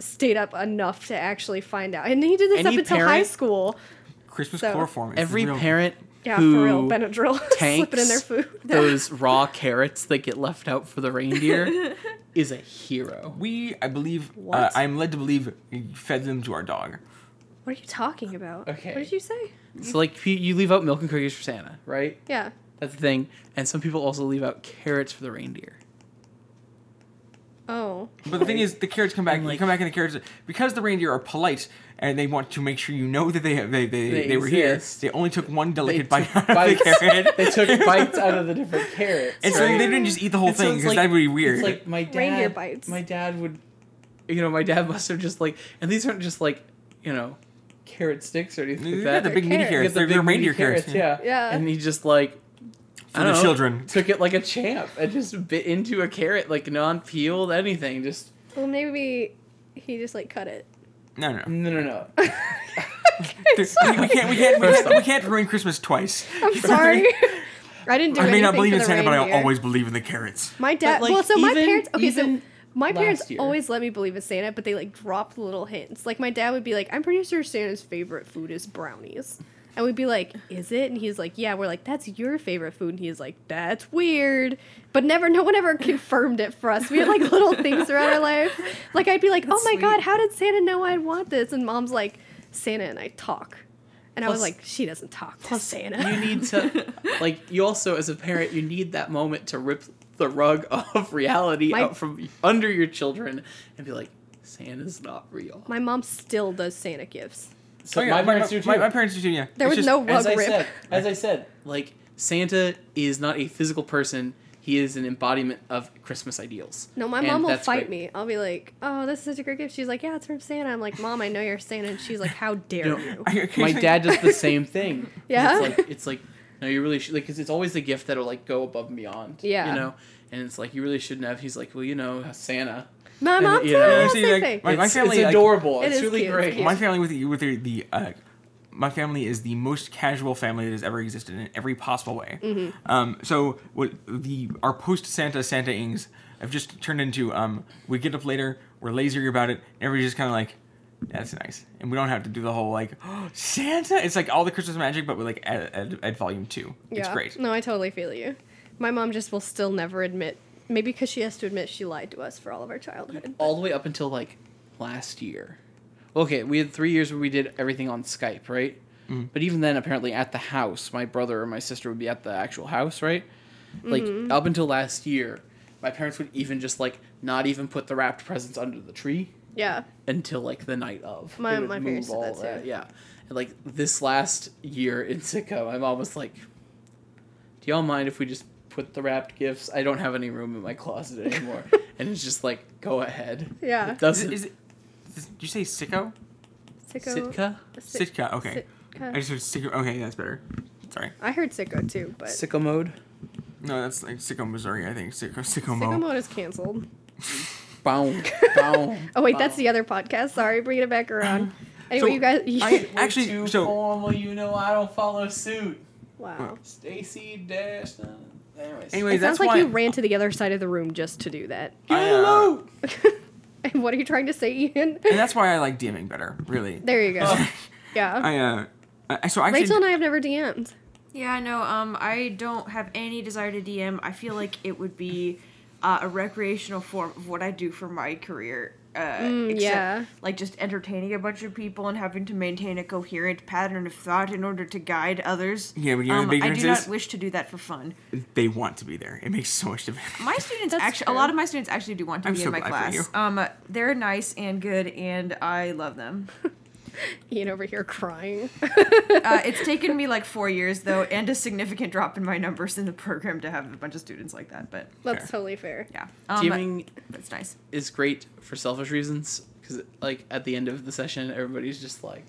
[SPEAKER 3] stayed up enough to actually find out and he did this
[SPEAKER 2] Any
[SPEAKER 3] up until high
[SPEAKER 2] parent-
[SPEAKER 3] school
[SPEAKER 1] Christmas
[SPEAKER 3] So-
[SPEAKER 1] chloroform. is
[SPEAKER 2] every
[SPEAKER 1] real.
[SPEAKER 2] parent
[SPEAKER 3] yeah
[SPEAKER 2] who
[SPEAKER 3] for real benadryl slip it in their
[SPEAKER 2] tanks
[SPEAKER 3] food
[SPEAKER 2] those raw carrots that get left out for the reindeer is a hero.
[SPEAKER 1] We, I believe, uh,
[SPEAKER 3] What?
[SPEAKER 1] I'm led to believe, fed them to our dog.
[SPEAKER 3] what are you talking about
[SPEAKER 2] Okay.
[SPEAKER 3] what did you say
[SPEAKER 2] So like you- you leave out milk and cookies for Santa, right?
[SPEAKER 3] yeah
[SPEAKER 2] That's the thing. And some people also leave out carrots for the reindeer.
[SPEAKER 3] oh
[SPEAKER 1] But the thing is, the carrots come back.
[SPEAKER 2] And,
[SPEAKER 1] They
[SPEAKER 2] like-
[SPEAKER 1] come back, and the carrots because the reindeer are polite and they want to make sure you know that they they they,
[SPEAKER 2] They
[SPEAKER 1] they, were here.
[SPEAKER 2] exist.
[SPEAKER 1] They only took one delicate
[SPEAKER 2] took
[SPEAKER 1] bite out of
[SPEAKER 2] bites.
[SPEAKER 1] the carrot,
[SPEAKER 2] They took bites out of the different carrots.
[SPEAKER 1] and so
[SPEAKER 2] right?
[SPEAKER 1] they didn't just eat the whole
[SPEAKER 2] And so
[SPEAKER 1] thing
[SPEAKER 2] it's
[SPEAKER 1] because
[SPEAKER 2] like-
[SPEAKER 1] that would be
[SPEAKER 2] It's
[SPEAKER 1] weird.
[SPEAKER 2] like my dad.
[SPEAKER 3] Reindeer bites.
[SPEAKER 2] My dad would, you know, my dad must have just like, and these aren't just like, you know, carrot sticks or anything
[SPEAKER 1] they
[SPEAKER 2] like
[SPEAKER 1] got
[SPEAKER 2] that.
[SPEAKER 1] the big mini
[SPEAKER 3] carrots.
[SPEAKER 1] carrots.
[SPEAKER 2] They
[SPEAKER 1] They're,
[SPEAKER 2] got the
[SPEAKER 1] they're
[SPEAKER 2] big meaty
[SPEAKER 1] reindeer carrots.
[SPEAKER 2] Yeah.
[SPEAKER 3] Yeah.
[SPEAKER 2] And he just like. I
[SPEAKER 1] For the
[SPEAKER 2] don't know,
[SPEAKER 1] children.
[SPEAKER 2] Took it like a champ and just bit into a carrot, like non peeled, anything. Just,
[SPEAKER 3] well maybe he just like cut it
[SPEAKER 1] No, no.
[SPEAKER 2] no, no, no.
[SPEAKER 1] Dude, we, we can't. We can't. We
[SPEAKER 2] First
[SPEAKER 1] can't, we can't ruin Christmas twice.
[SPEAKER 3] i'm sorry i didn't do
[SPEAKER 1] I may
[SPEAKER 3] anything
[SPEAKER 1] not believe
[SPEAKER 3] for
[SPEAKER 1] in
[SPEAKER 3] the
[SPEAKER 1] Santa, but I
[SPEAKER 3] reindeer.
[SPEAKER 1] always believe in the carrots.
[SPEAKER 3] My dad.
[SPEAKER 2] But, like,
[SPEAKER 3] well, so my
[SPEAKER 2] even-
[SPEAKER 3] parents. Okay, so
[SPEAKER 2] even
[SPEAKER 3] my parents
[SPEAKER 2] last year-
[SPEAKER 3] always let me believe in Santa, but they like dropped little hints. Like my dad would be like, "I'm pretty sure Santa's favorite food is brownies," and we'd be like, "Is it?" And he's like, "Yeah." We're like, "That's your favorite food," and he's like, "That's weird," but never. No one ever confirmed it for us. We had like little things throughout our life. Like I'd be like, "Oh my
[SPEAKER 4] sweet.
[SPEAKER 3] god, how did Santa know I'd want this?" And mom's like, "Santa and I talk." And I was
[SPEAKER 2] Plus-
[SPEAKER 3] like, she doesn't talk to Santa.
[SPEAKER 2] you need to like you also as a parent you need that moment to rip the rug of reality
[SPEAKER 3] My-
[SPEAKER 2] out from under your children and be like santa's not real
[SPEAKER 3] my mom still does Santa gifts.
[SPEAKER 2] so
[SPEAKER 1] Oh, yeah,
[SPEAKER 2] my parents
[SPEAKER 1] my,
[SPEAKER 2] do too
[SPEAKER 1] My, my parents do too. Yeah.
[SPEAKER 3] There
[SPEAKER 1] It's just-
[SPEAKER 3] was no rug
[SPEAKER 2] as i
[SPEAKER 3] rip.
[SPEAKER 2] said as i said like santa is not a physical person he is an embodiment of Christmas ideals.
[SPEAKER 3] No, my
[SPEAKER 2] And
[SPEAKER 3] mom will
[SPEAKER 2] that's
[SPEAKER 3] fight
[SPEAKER 2] great.
[SPEAKER 3] me. I'll be like, "Oh, this is such a great gift." She's like, "Yeah, it's from Santa." I'm like, "Mom, I know you're Santa," and she's like, "How dare
[SPEAKER 2] No.
[SPEAKER 3] you?"
[SPEAKER 2] My dad does the same thing.
[SPEAKER 3] Yeah?
[SPEAKER 2] It's like, it's like no, you really should, like, because it's always the gift that'll, like, go above and beyond.
[SPEAKER 3] Yeah.
[SPEAKER 2] You know? And it's like, you really shouldn't have. He's like, well, you know, Santa.
[SPEAKER 3] My
[SPEAKER 2] And,
[SPEAKER 3] mom
[SPEAKER 2] you
[SPEAKER 3] too.
[SPEAKER 2] know,
[SPEAKER 3] Yeah,
[SPEAKER 2] you
[SPEAKER 1] see,
[SPEAKER 3] same
[SPEAKER 1] like,
[SPEAKER 3] thing.
[SPEAKER 1] my-
[SPEAKER 2] it's,
[SPEAKER 1] family,
[SPEAKER 2] it's
[SPEAKER 1] like-
[SPEAKER 2] adorable.
[SPEAKER 3] It
[SPEAKER 2] it's
[SPEAKER 3] is
[SPEAKER 2] really
[SPEAKER 3] cute, it's
[SPEAKER 2] great.
[SPEAKER 3] cute.
[SPEAKER 1] My family with the, with the, the uh, my family is the most casual family that has ever existed in every possible way. Um, so what the our post Santa Santa ings have just turned into um, we get up later, we're lazier about it, and everybody's just kind of like. That's nice, and we don't have to do the whole like Santa. It's like all the Christmas magic, but we're like at, at, at volume two. It's great.
[SPEAKER 3] No, I totally feel you. My mom just will still never admit, maybe because she has to admit she lied to us for all of our childhood.
[SPEAKER 2] all the way up until like last year. Okay, we had three years where we did everything on Skype, right?
[SPEAKER 1] Mm-hmm.
[SPEAKER 2] But even then, apparently at the house, my brother or my sister would be at the actual house, right? Like
[SPEAKER 3] Mm-hmm.
[SPEAKER 2] up until last year, my parents would even just like not even put the wrapped presents under the tree
[SPEAKER 3] Yeah.
[SPEAKER 2] until like the night of.
[SPEAKER 3] My-
[SPEAKER 2] They would
[SPEAKER 3] my
[SPEAKER 2] move
[SPEAKER 3] parents did
[SPEAKER 2] all
[SPEAKER 3] that too.
[SPEAKER 2] Yeah, and like this last year in Sitco, my mom was like, "Do y'all mind if we just put the wrapped gifts? I don't have any room in my closet anymore." and it's just like, "Go ahead."
[SPEAKER 3] Yeah.
[SPEAKER 2] It
[SPEAKER 1] Is,
[SPEAKER 2] doesn't.
[SPEAKER 1] it- is it, did you say sicko?
[SPEAKER 3] Sicko.
[SPEAKER 2] Sitka?
[SPEAKER 3] Sit-
[SPEAKER 1] Sitka. Okay.
[SPEAKER 3] Sitka.
[SPEAKER 1] I just heard sicko. Okay, that's better. Sorry.
[SPEAKER 3] I heard sicko too, but sicko
[SPEAKER 2] Sicko mode?
[SPEAKER 1] No, that's like sicko Missouri. I think sicko sicko mo.
[SPEAKER 3] mode is canceled.
[SPEAKER 2] Boom. Boom.
[SPEAKER 3] Oh wait, that's the other podcast. Sorry, bringing it back around. Anyway,
[SPEAKER 1] So,
[SPEAKER 3] you guys.
[SPEAKER 1] I- Actually,
[SPEAKER 2] too
[SPEAKER 1] so-
[SPEAKER 2] formal, you know I don't follow suit.
[SPEAKER 3] wow.
[SPEAKER 2] Stacy dash. uh, Anyways.
[SPEAKER 1] Anyway,
[SPEAKER 3] It
[SPEAKER 1] that's
[SPEAKER 3] sounds like
[SPEAKER 1] why
[SPEAKER 3] you ran to the other side of the room just to do that.
[SPEAKER 1] I, uh,
[SPEAKER 3] And what are you trying to say, Ian?
[SPEAKER 1] and that's why I like DMing better. Really.
[SPEAKER 3] there you
[SPEAKER 2] uh,
[SPEAKER 3] go. Yeah.
[SPEAKER 1] Oh. I uh, I, so I actually
[SPEAKER 3] Rachel and I have never DM'd.
[SPEAKER 4] Yeah, no, um, I don't have any desire to DM. I feel like it would be uh, a recreational form of what I do for my career. Uh, except,
[SPEAKER 3] Mm, yeah.
[SPEAKER 4] Like just entertaining a bunch of people and having to maintain a coherent pattern of thought in order to guide others. Um,
[SPEAKER 1] Yeah, but you know what the big
[SPEAKER 4] I do
[SPEAKER 1] difference
[SPEAKER 4] not
[SPEAKER 1] is?
[SPEAKER 4] wish to do that for fun.
[SPEAKER 1] they want to be there. It makes so much difference.
[SPEAKER 4] My students
[SPEAKER 3] That's
[SPEAKER 4] actually,
[SPEAKER 3] true.
[SPEAKER 4] a lot of my students actually do want to
[SPEAKER 1] I'm
[SPEAKER 4] be
[SPEAKER 1] so
[SPEAKER 4] in my
[SPEAKER 1] glad for
[SPEAKER 4] class. Um, they're nice and good, and I love them.
[SPEAKER 3] Ian over here crying.
[SPEAKER 4] Uh, it's taken me like four years though, and a significant drop in my numbers in the program to have a bunch of students like that. But
[SPEAKER 3] That's
[SPEAKER 1] Fair.
[SPEAKER 3] totally fair.
[SPEAKER 4] yeah, um,
[SPEAKER 2] DMing
[SPEAKER 4] that's nice.
[SPEAKER 2] is great for selfish reasons because, like, at the end of the session, everybody's just like,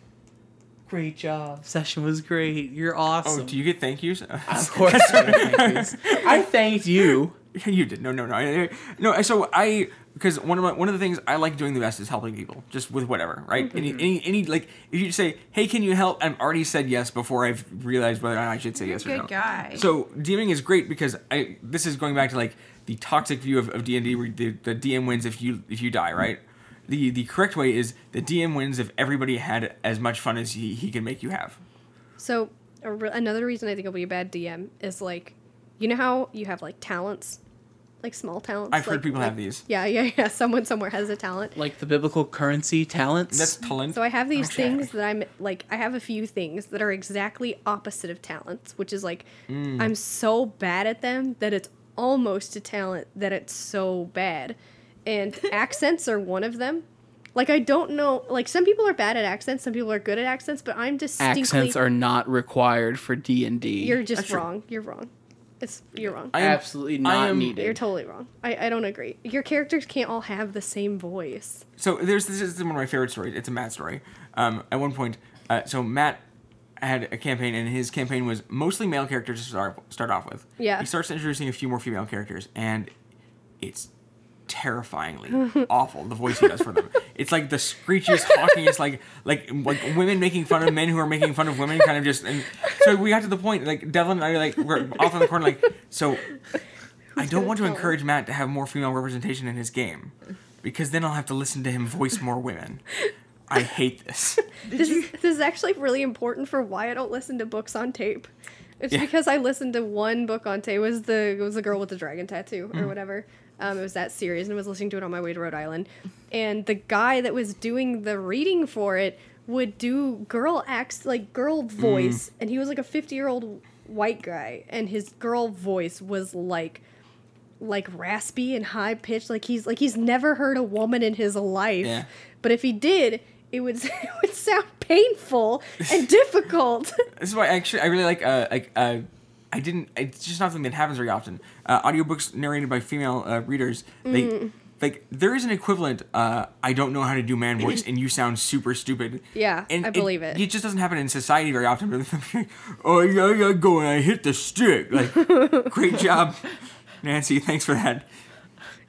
[SPEAKER 2] "Great job! Session was great. You're awesome."
[SPEAKER 1] Oh, do you get thank yous?
[SPEAKER 2] Of course, I thanked you. I thanked you.
[SPEAKER 1] you did. No, no, no, I- I- no. So I because one of my, one of the things I like doing the best is helping people, just with whatever, right?
[SPEAKER 3] Mm-hmm.
[SPEAKER 1] Any, any any like if you say, "Hey, can you help?" I've already said yes before I've realized whether or not I should say yes or
[SPEAKER 4] good
[SPEAKER 1] no.
[SPEAKER 4] guy.
[SPEAKER 1] So DMing is great because I this is going back to like the toxic view of, of D and D where the, the DM wins if you if you die, right? The the correct way is the DM wins if everybody had as much fun as he, he can make you have.
[SPEAKER 3] So a re- another reason I think it'll be a bad DM is like, you know how you have like talents, like small talents.
[SPEAKER 1] I've heard
[SPEAKER 3] like-
[SPEAKER 1] people have
[SPEAKER 3] like-
[SPEAKER 1] these.
[SPEAKER 3] Yeah, yeah, yeah. Someone somewhere has a talent.
[SPEAKER 2] Like the biblical currency talents.
[SPEAKER 1] That's talent.
[SPEAKER 3] So I have these
[SPEAKER 1] Okay.
[SPEAKER 3] things that I'm like I have a few things that are exactly opposite of talents, which is like
[SPEAKER 1] Mm.
[SPEAKER 3] I'm so bad at them that it's almost a talent that it's so bad. And accents are one of them. Like I don't know like some people are bad at accents, some people are good at accents, but I'm distinctly
[SPEAKER 2] accents are not required for D and
[SPEAKER 3] You're
[SPEAKER 2] D.
[SPEAKER 3] just
[SPEAKER 1] That's true.
[SPEAKER 3] wrong. You're wrong. It's you're wrong.
[SPEAKER 1] I am-
[SPEAKER 2] Absolutely
[SPEAKER 1] I
[SPEAKER 2] not
[SPEAKER 1] am-
[SPEAKER 2] needed.
[SPEAKER 3] you're totally wrong. I, I don't agree. Your characters can't all have the same voice.
[SPEAKER 1] So there's this is one of my favorite stories. It's a Matt story. Um, at one point, uh, so Matt had a campaign, and his campaign was mostly male characters to start start off with.
[SPEAKER 3] Yeah.
[SPEAKER 1] He starts introducing a few more female characters, and it's terrifyingly awful the voice he does for them. It's like the screechiest, hawkiest, like like like women making fun of men who are making fun of women, kind of just. And so we got to the point, like Devlin and I, like we're off in the corner, like so. I don't
[SPEAKER 3] gonna
[SPEAKER 1] want to
[SPEAKER 3] tell him?
[SPEAKER 1] encourage Matt to have more female representation in his game, because then I'll have to listen to him voice more women. I hate this.
[SPEAKER 3] This is, this is actually really important for why I don't listen to books on tape. It's
[SPEAKER 1] Yeah.
[SPEAKER 3] because I listened to one book on tape. It was the it was the girl with the dragon tattoo or whatever. Um, it was that series, and I was listening to it on my way to Rhode Island. And the guy that was doing the reading for it would do girl acts like girl voice, and he was like a fifty year old white guy, and his girl voice was like like raspy and high pitched. Like he's like he's never heard a woman in his life.
[SPEAKER 1] Yeah.
[SPEAKER 3] But if he did, it would it would sound painful and difficult.
[SPEAKER 1] This is why I actually I really like uh like uh I didn't. It's just not something that happens very often. Uh, audiobooks narrated by female uh, readers, they
[SPEAKER 3] Mm-hmm.
[SPEAKER 1] like there is an equivalent. Uh, I don't know how to do man voice, and you sound super stupid.
[SPEAKER 3] Yeah, I believe it.
[SPEAKER 1] It just doesn't happen in society very often. Like, oh yeah, yeah, go and I hit the stick. Like, great job, Nancy. Thanks for that.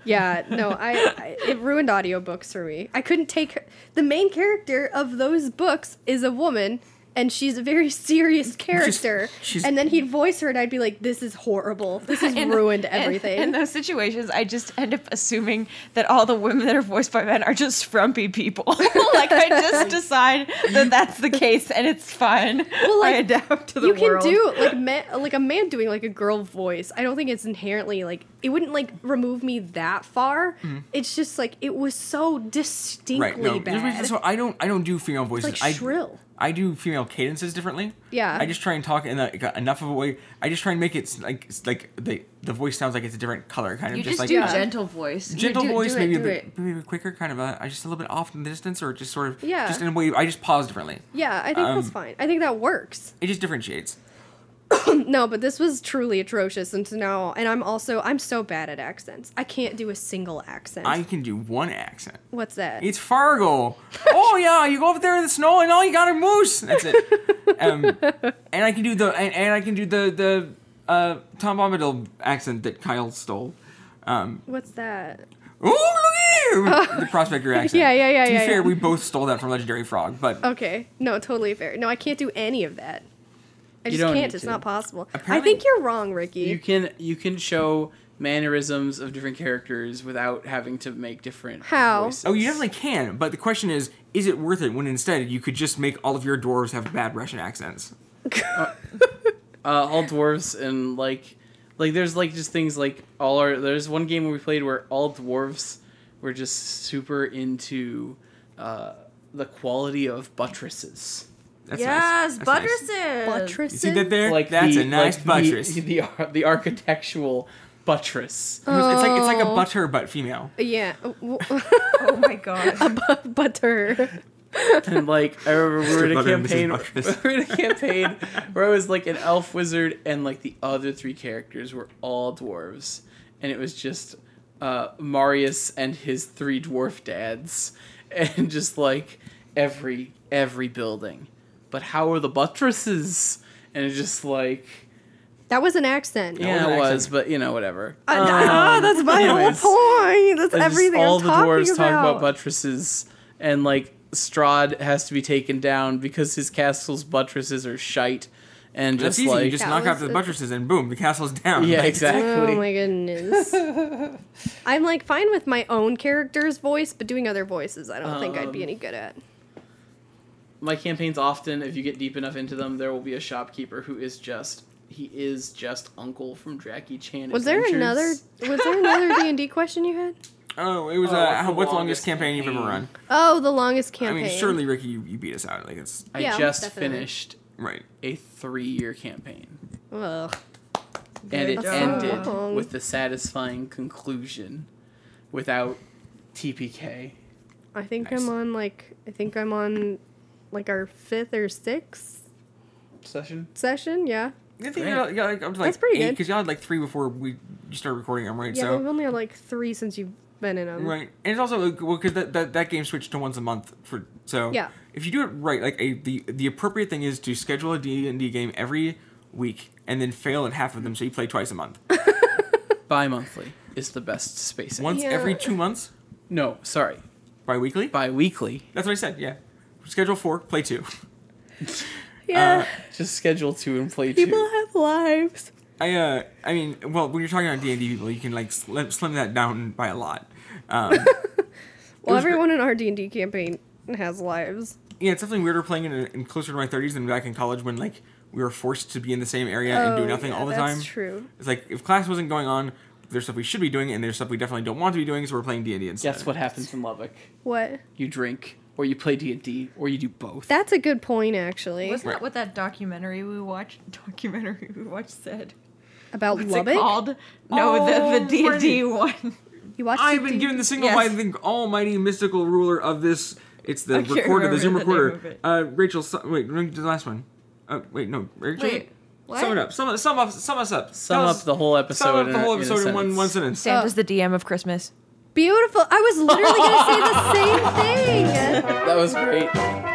[SPEAKER 3] Yeah, no, I, I it ruined audiobooks for me. I couldn't take her, the main character of those books is a woman and she's a very serious character.
[SPEAKER 1] she's-
[SPEAKER 3] and then he'd voice her and I'd be like this is horrible. This has
[SPEAKER 4] In-
[SPEAKER 3] ruined
[SPEAKER 4] in-
[SPEAKER 3] everything.
[SPEAKER 4] In, those situations, I just end up assuming that all the women that are voiced by men are just frumpy people. like I just decide that that's the case, and it's fine.
[SPEAKER 3] Well, like,
[SPEAKER 4] I adapt to the
[SPEAKER 3] you can
[SPEAKER 4] world.
[SPEAKER 3] do like man, like a man doing like a girl voice. I don't think it's inherently like it wouldn't like remove me that far. It's just like it was so distinctly
[SPEAKER 1] Mm-hmm. Right. No. there's
[SPEAKER 3] bad.
[SPEAKER 1] reasons- So I don't. I don't do female voices.
[SPEAKER 3] like
[SPEAKER 1] I,
[SPEAKER 3] shrill.
[SPEAKER 1] I do female cadences differently.
[SPEAKER 3] Yeah.
[SPEAKER 1] I just try and talk in like, enough of a way. I just try and make it s- like s- like the the voice sounds like it's a different color, kind of
[SPEAKER 4] You
[SPEAKER 1] just,
[SPEAKER 4] just,
[SPEAKER 1] like
[SPEAKER 4] do
[SPEAKER 1] uh,
[SPEAKER 4] gentle voice. You
[SPEAKER 1] gentle
[SPEAKER 4] do- do
[SPEAKER 1] voice,
[SPEAKER 4] it,
[SPEAKER 1] maybe a
[SPEAKER 4] do
[SPEAKER 1] bit
[SPEAKER 4] it.
[SPEAKER 1] maybe quicker, kind of a I just a little bit off in the distance, or just sort of
[SPEAKER 3] Yeah.
[SPEAKER 1] just in a way. I just pause differently.
[SPEAKER 3] yeah, I think that's
[SPEAKER 1] Um,
[SPEAKER 3] fine. I think that works.
[SPEAKER 1] It just differentiates.
[SPEAKER 3] No, but this was truly atrocious, and so now, and I'm also I'm so bad at accents. I can't do a single accent.
[SPEAKER 1] I can do one accent.
[SPEAKER 3] What's that?
[SPEAKER 1] It's Fargo. oh yeah, you go up there in the snow and all you got are moose. That's it. Um, and I can do the and, and I can do the the uh, Tom Bombadil accent that Kyle stole. Um,
[SPEAKER 3] What's that?
[SPEAKER 1] Ooh, look at you! The prospector accent.
[SPEAKER 3] Yeah, yeah, yeah,
[SPEAKER 1] To be
[SPEAKER 3] yeah,
[SPEAKER 1] fair,
[SPEAKER 3] yeah. Oh.
[SPEAKER 1] we both stole that from Legendary Frog, but
[SPEAKER 3] Okay, no, totally fair. No, I can't do any of that. I
[SPEAKER 2] You
[SPEAKER 3] just
[SPEAKER 2] don't
[SPEAKER 3] can't.
[SPEAKER 2] need
[SPEAKER 3] It's
[SPEAKER 2] to.
[SPEAKER 3] not possible. I
[SPEAKER 1] Apparently-
[SPEAKER 3] think you're wrong, Ricky.
[SPEAKER 2] You can you can show mannerisms of different characters without having to make different
[SPEAKER 3] How?
[SPEAKER 2] voices.
[SPEAKER 1] oh, you definitely can. But the question is, is it worth it when instead you could just make all of your dwarves have bad Russian accents?
[SPEAKER 2] uh, all dwarves and like like there's like just things like all our there's one game where we played where all dwarves were just super into uh, the quality of buttresses.
[SPEAKER 1] That's
[SPEAKER 4] Yes,
[SPEAKER 1] That's
[SPEAKER 4] buttresses.
[SPEAKER 1] You
[SPEAKER 3] Buttresses.
[SPEAKER 1] see that there?
[SPEAKER 2] Like
[SPEAKER 1] that's
[SPEAKER 2] the-
[SPEAKER 1] a nice
[SPEAKER 2] like
[SPEAKER 1] buttress.
[SPEAKER 2] The, the, ar- the architectural buttress.
[SPEAKER 1] It's like it's like a
[SPEAKER 3] Oh.
[SPEAKER 1] butter but female.
[SPEAKER 3] Yeah. w-
[SPEAKER 4] Oh my god.
[SPEAKER 3] bu- butter.
[SPEAKER 2] and like I remember we were in
[SPEAKER 1] Mr.
[SPEAKER 2] a
[SPEAKER 1] Butter and Mrs.
[SPEAKER 2] campaign
[SPEAKER 1] Butters.
[SPEAKER 2] we were in a campaign where I was like an elf wizard and like the other three characters were all dwarves and it was just uh Marius and his three dwarf dads and just like every every building but how are the buttresses and it's just like
[SPEAKER 3] That was an accent.
[SPEAKER 1] Yeah.
[SPEAKER 2] yeah
[SPEAKER 1] an
[SPEAKER 2] it was
[SPEAKER 1] accent.
[SPEAKER 2] but you know whatever
[SPEAKER 3] Uh, ah, that's my
[SPEAKER 2] anyways.
[SPEAKER 3] whole point. That's
[SPEAKER 2] It's just
[SPEAKER 3] everything
[SPEAKER 2] all
[SPEAKER 3] I'm
[SPEAKER 2] the
[SPEAKER 3] talking
[SPEAKER 2] dwarves
[SPEAKER 3] about.
[SPEAKER 2] talk about buttresses and like Strahd has to be taken down because his castle's buttresses are shite and
[SPEAKER 1] That's
[SPEAKER 2] just
[SPEAKER 1] easy.
[SPEAKER 2] like
[SPEAKER 1] you just
[SPEAKER 3] That
[SPEAKER 1] knock out
[SPEAKER 3] was
[SPEAKER 1] the
[SPEAKER 3] a-
[SPEAKER 1] buttresses and boom, the castle's down.
[SPEAKER 2] yeah
[SPEAKER 1] Like,
[SPEAKER 2] exactly
[SPEAKER 3] Oh my goodness. I'm like fine with my own character's voice, but doing other voices, I don't think I'd be
[SPEAKER 2] Um,
[SPEAKER 3] any good at.
[SPEAKER 2] my campaigns often if you get deep enough into them there will be a shopkeeper who is just he is just uncle from Jackie Chan
[SPEAKER 3] Was there
[SPEAKER 2] Adventures.
[SPEAKER 3] another? Was there another D and D question you had?
[SPEAKER 1] Oh, it was
[SPEAKER 2] Oh,
[SPEAKER 1] uh,
[SPEAKER 2] it's
[SPEAKER 1] how,
[SPEAKER 2] the
[SPEAKER 1] what's the
[SPEAKER 2] longest
[SPEAKER 1] longest campaign, you've ever run?
[SPEAKER 2] campaign.
[SPEAKER 3] Oh, the longest campaign.
[SPEAKER 1] I mean, surely Ricky, you, you beat us out. Like it's
[SPEAKER 2] I
[SPEAKER 3] Yeah,
[SPEAKER 2] just
[SPEAKER 3] definitely.
[SPEAKER 2] finished
[SPEAKER 1] right.
[SPEAKER 2] a three-year campaign
[SPEAKER 3] Ugh.
[SPEAKER 2] and it
[SPEAKER 4] job.
[SPEAKER 2] ended
[SPEAKER 3] Wrong.
[SPEAKER 2] with the satisfying conclusion without TPK
[SPEAKER 3] I think
[SPEAKER 1] Nice.
[SPEAKER 3] I'm on like I think I'm on like our fifth or sixth
[SPEAKER 2] session
[SPEAKER 3] session. Yeah.
[SPEAKER 1] I think you
[SPEAKER 2] Great.
[SPEAKER 1] got, you got like, up to like
[SPEAKER 3] That's pretty good.
[SPEAKER 1] Because y'all had like three before we started recording them, right?
[SPEAKER 3] Yeah,
[SPEAKER 1] so
[SPEAKER 3] but we've only had like three since you've been in them.
[SPEAKER 1] Right, and it's also like, well because that, that that game switched to once a month for so
[SPEAKER 3] Yeah.
[SPEAKER 1] If you do it right, like a, the the appropriate thing is to schedule a D and D game every week and then fail at half of them, so you play twice a month.
[SPEAKER 2] bi-monthly is the best spacing.
[SPEAKER 1] Once
[SPEAKER 3] Yeah.
[SPEAKER 1] every two months,
[SPEAKER 2] no, sorry,
[SPEAKER 1] bi-weekly.
[SPEAKER 2] bi-weekly.
[SPEAKER 1] That's what I said. Yeah, schedule four, play two.
[SPEAKER 2] Uh,
[SPEAKER 3] Yeah.
[SPEAKER 2] Just schedule two and play
[SPEAKER 3] People
[SPEAKER 2] two.
[SPEAKER 3] have lives.
[SPEAKER 1] I uh, I mean, well, when you're talking about D and D people, you can like slim, slim that down by a lot. Um,
[SPEAKER 3] Well,
[SPEAKER 1] was great.
[SPEAKER 3] everyone in our D and D campaign has lives.
[SPEAKER 1] yeah, it's definitely weirder playing in, in closer to my 30s than back in college when like we were forced to be in the same area and do
[SPEAKER 3] Oh,
[SPEAKER 1] nothing
[SPEAKER 3] yeah,
[SPEAKER 1] all the
[SPEAKER 3] that's
[SPEAKER 1] time.
[SPEAKER 3] true.
[SPEAKER 1] It's like if class wasn't going on, there's stuff we should be doing, and there's stuff we definitely don't want to be doing, so we're playing D and D instead.
[SPEAKER 2] Guess what happens in Lubbock?
[SPEAKER 3] What?
[SPEAKER 2] You drink, or you play D and D, or you do both.
[SPEAKER 3] That's a good point, actually.
[SPEAKER 4] Wasn't
[SPEAKER 1] Right.
[SPEAKER 4] that what that documentary we watched? Documentary we watched said.
[SPEAKER 3] About
[SPEAKER 4] What's
[SPEAKER 3] Lubbock.
[SPEAKER 4] it called? No, the the D
[SPEAKER 1] Alrighty.
[SPEAKER 4] and D one.
[SPEAKER 3] You watched.
[SPEAKER 1] I've
[SPEAKER 3] the
[SPEAKER 1] been
[SPEAKER 3] D-
[SPEAKER 1] given the single
[SPEAKER 4] Yes.
[SPEAKER 1] by the almighty mystical ruler of this. It's the
[SPEAKER 4] I can't
[SPEAKER 1] recorder, the
[SPEAKER 4] remember
[SPEAKER 1] Zoom
[SPEAKER 4] the name
[SPEAKER 1] recorder.
[SPEAKER 4] of it.
[SPEAKER 1] Uh, Rachel, Su- wait, no, the last one. Uh, wait, no, Rachel.
[SPEAKER 4] Wait,
[SPEAKER 3] What?
[SPEAKER 1] Sum it up. Sum, sum up. Sum us up.
[SPEAKER 2] Sum
[SPEAKER 1] Tell
[SPEAKER 2] up
[SPEAKER 1] us-
[SPEAKER 2] the whole
[SPEAKER 1] Sum
[SPEAKER 2] episode
[SPEAKER 1] up
[SPEAKER 2] in
[SPEAKER 1] the
[SPEAKER 2] a-
[SPEAKER 1] whole
[SPEAKER 2] in a
[SPEAKER 1] episode in one
[SPEAKER 2] sentence.
[SPEAKER 1] one sentence.
[SPEAKER 4] Santa's the DM of Christmas.
[SPEAKER 3] Beautiful. I was literally going to say the same thing.
[SPEAKER 2] That was great.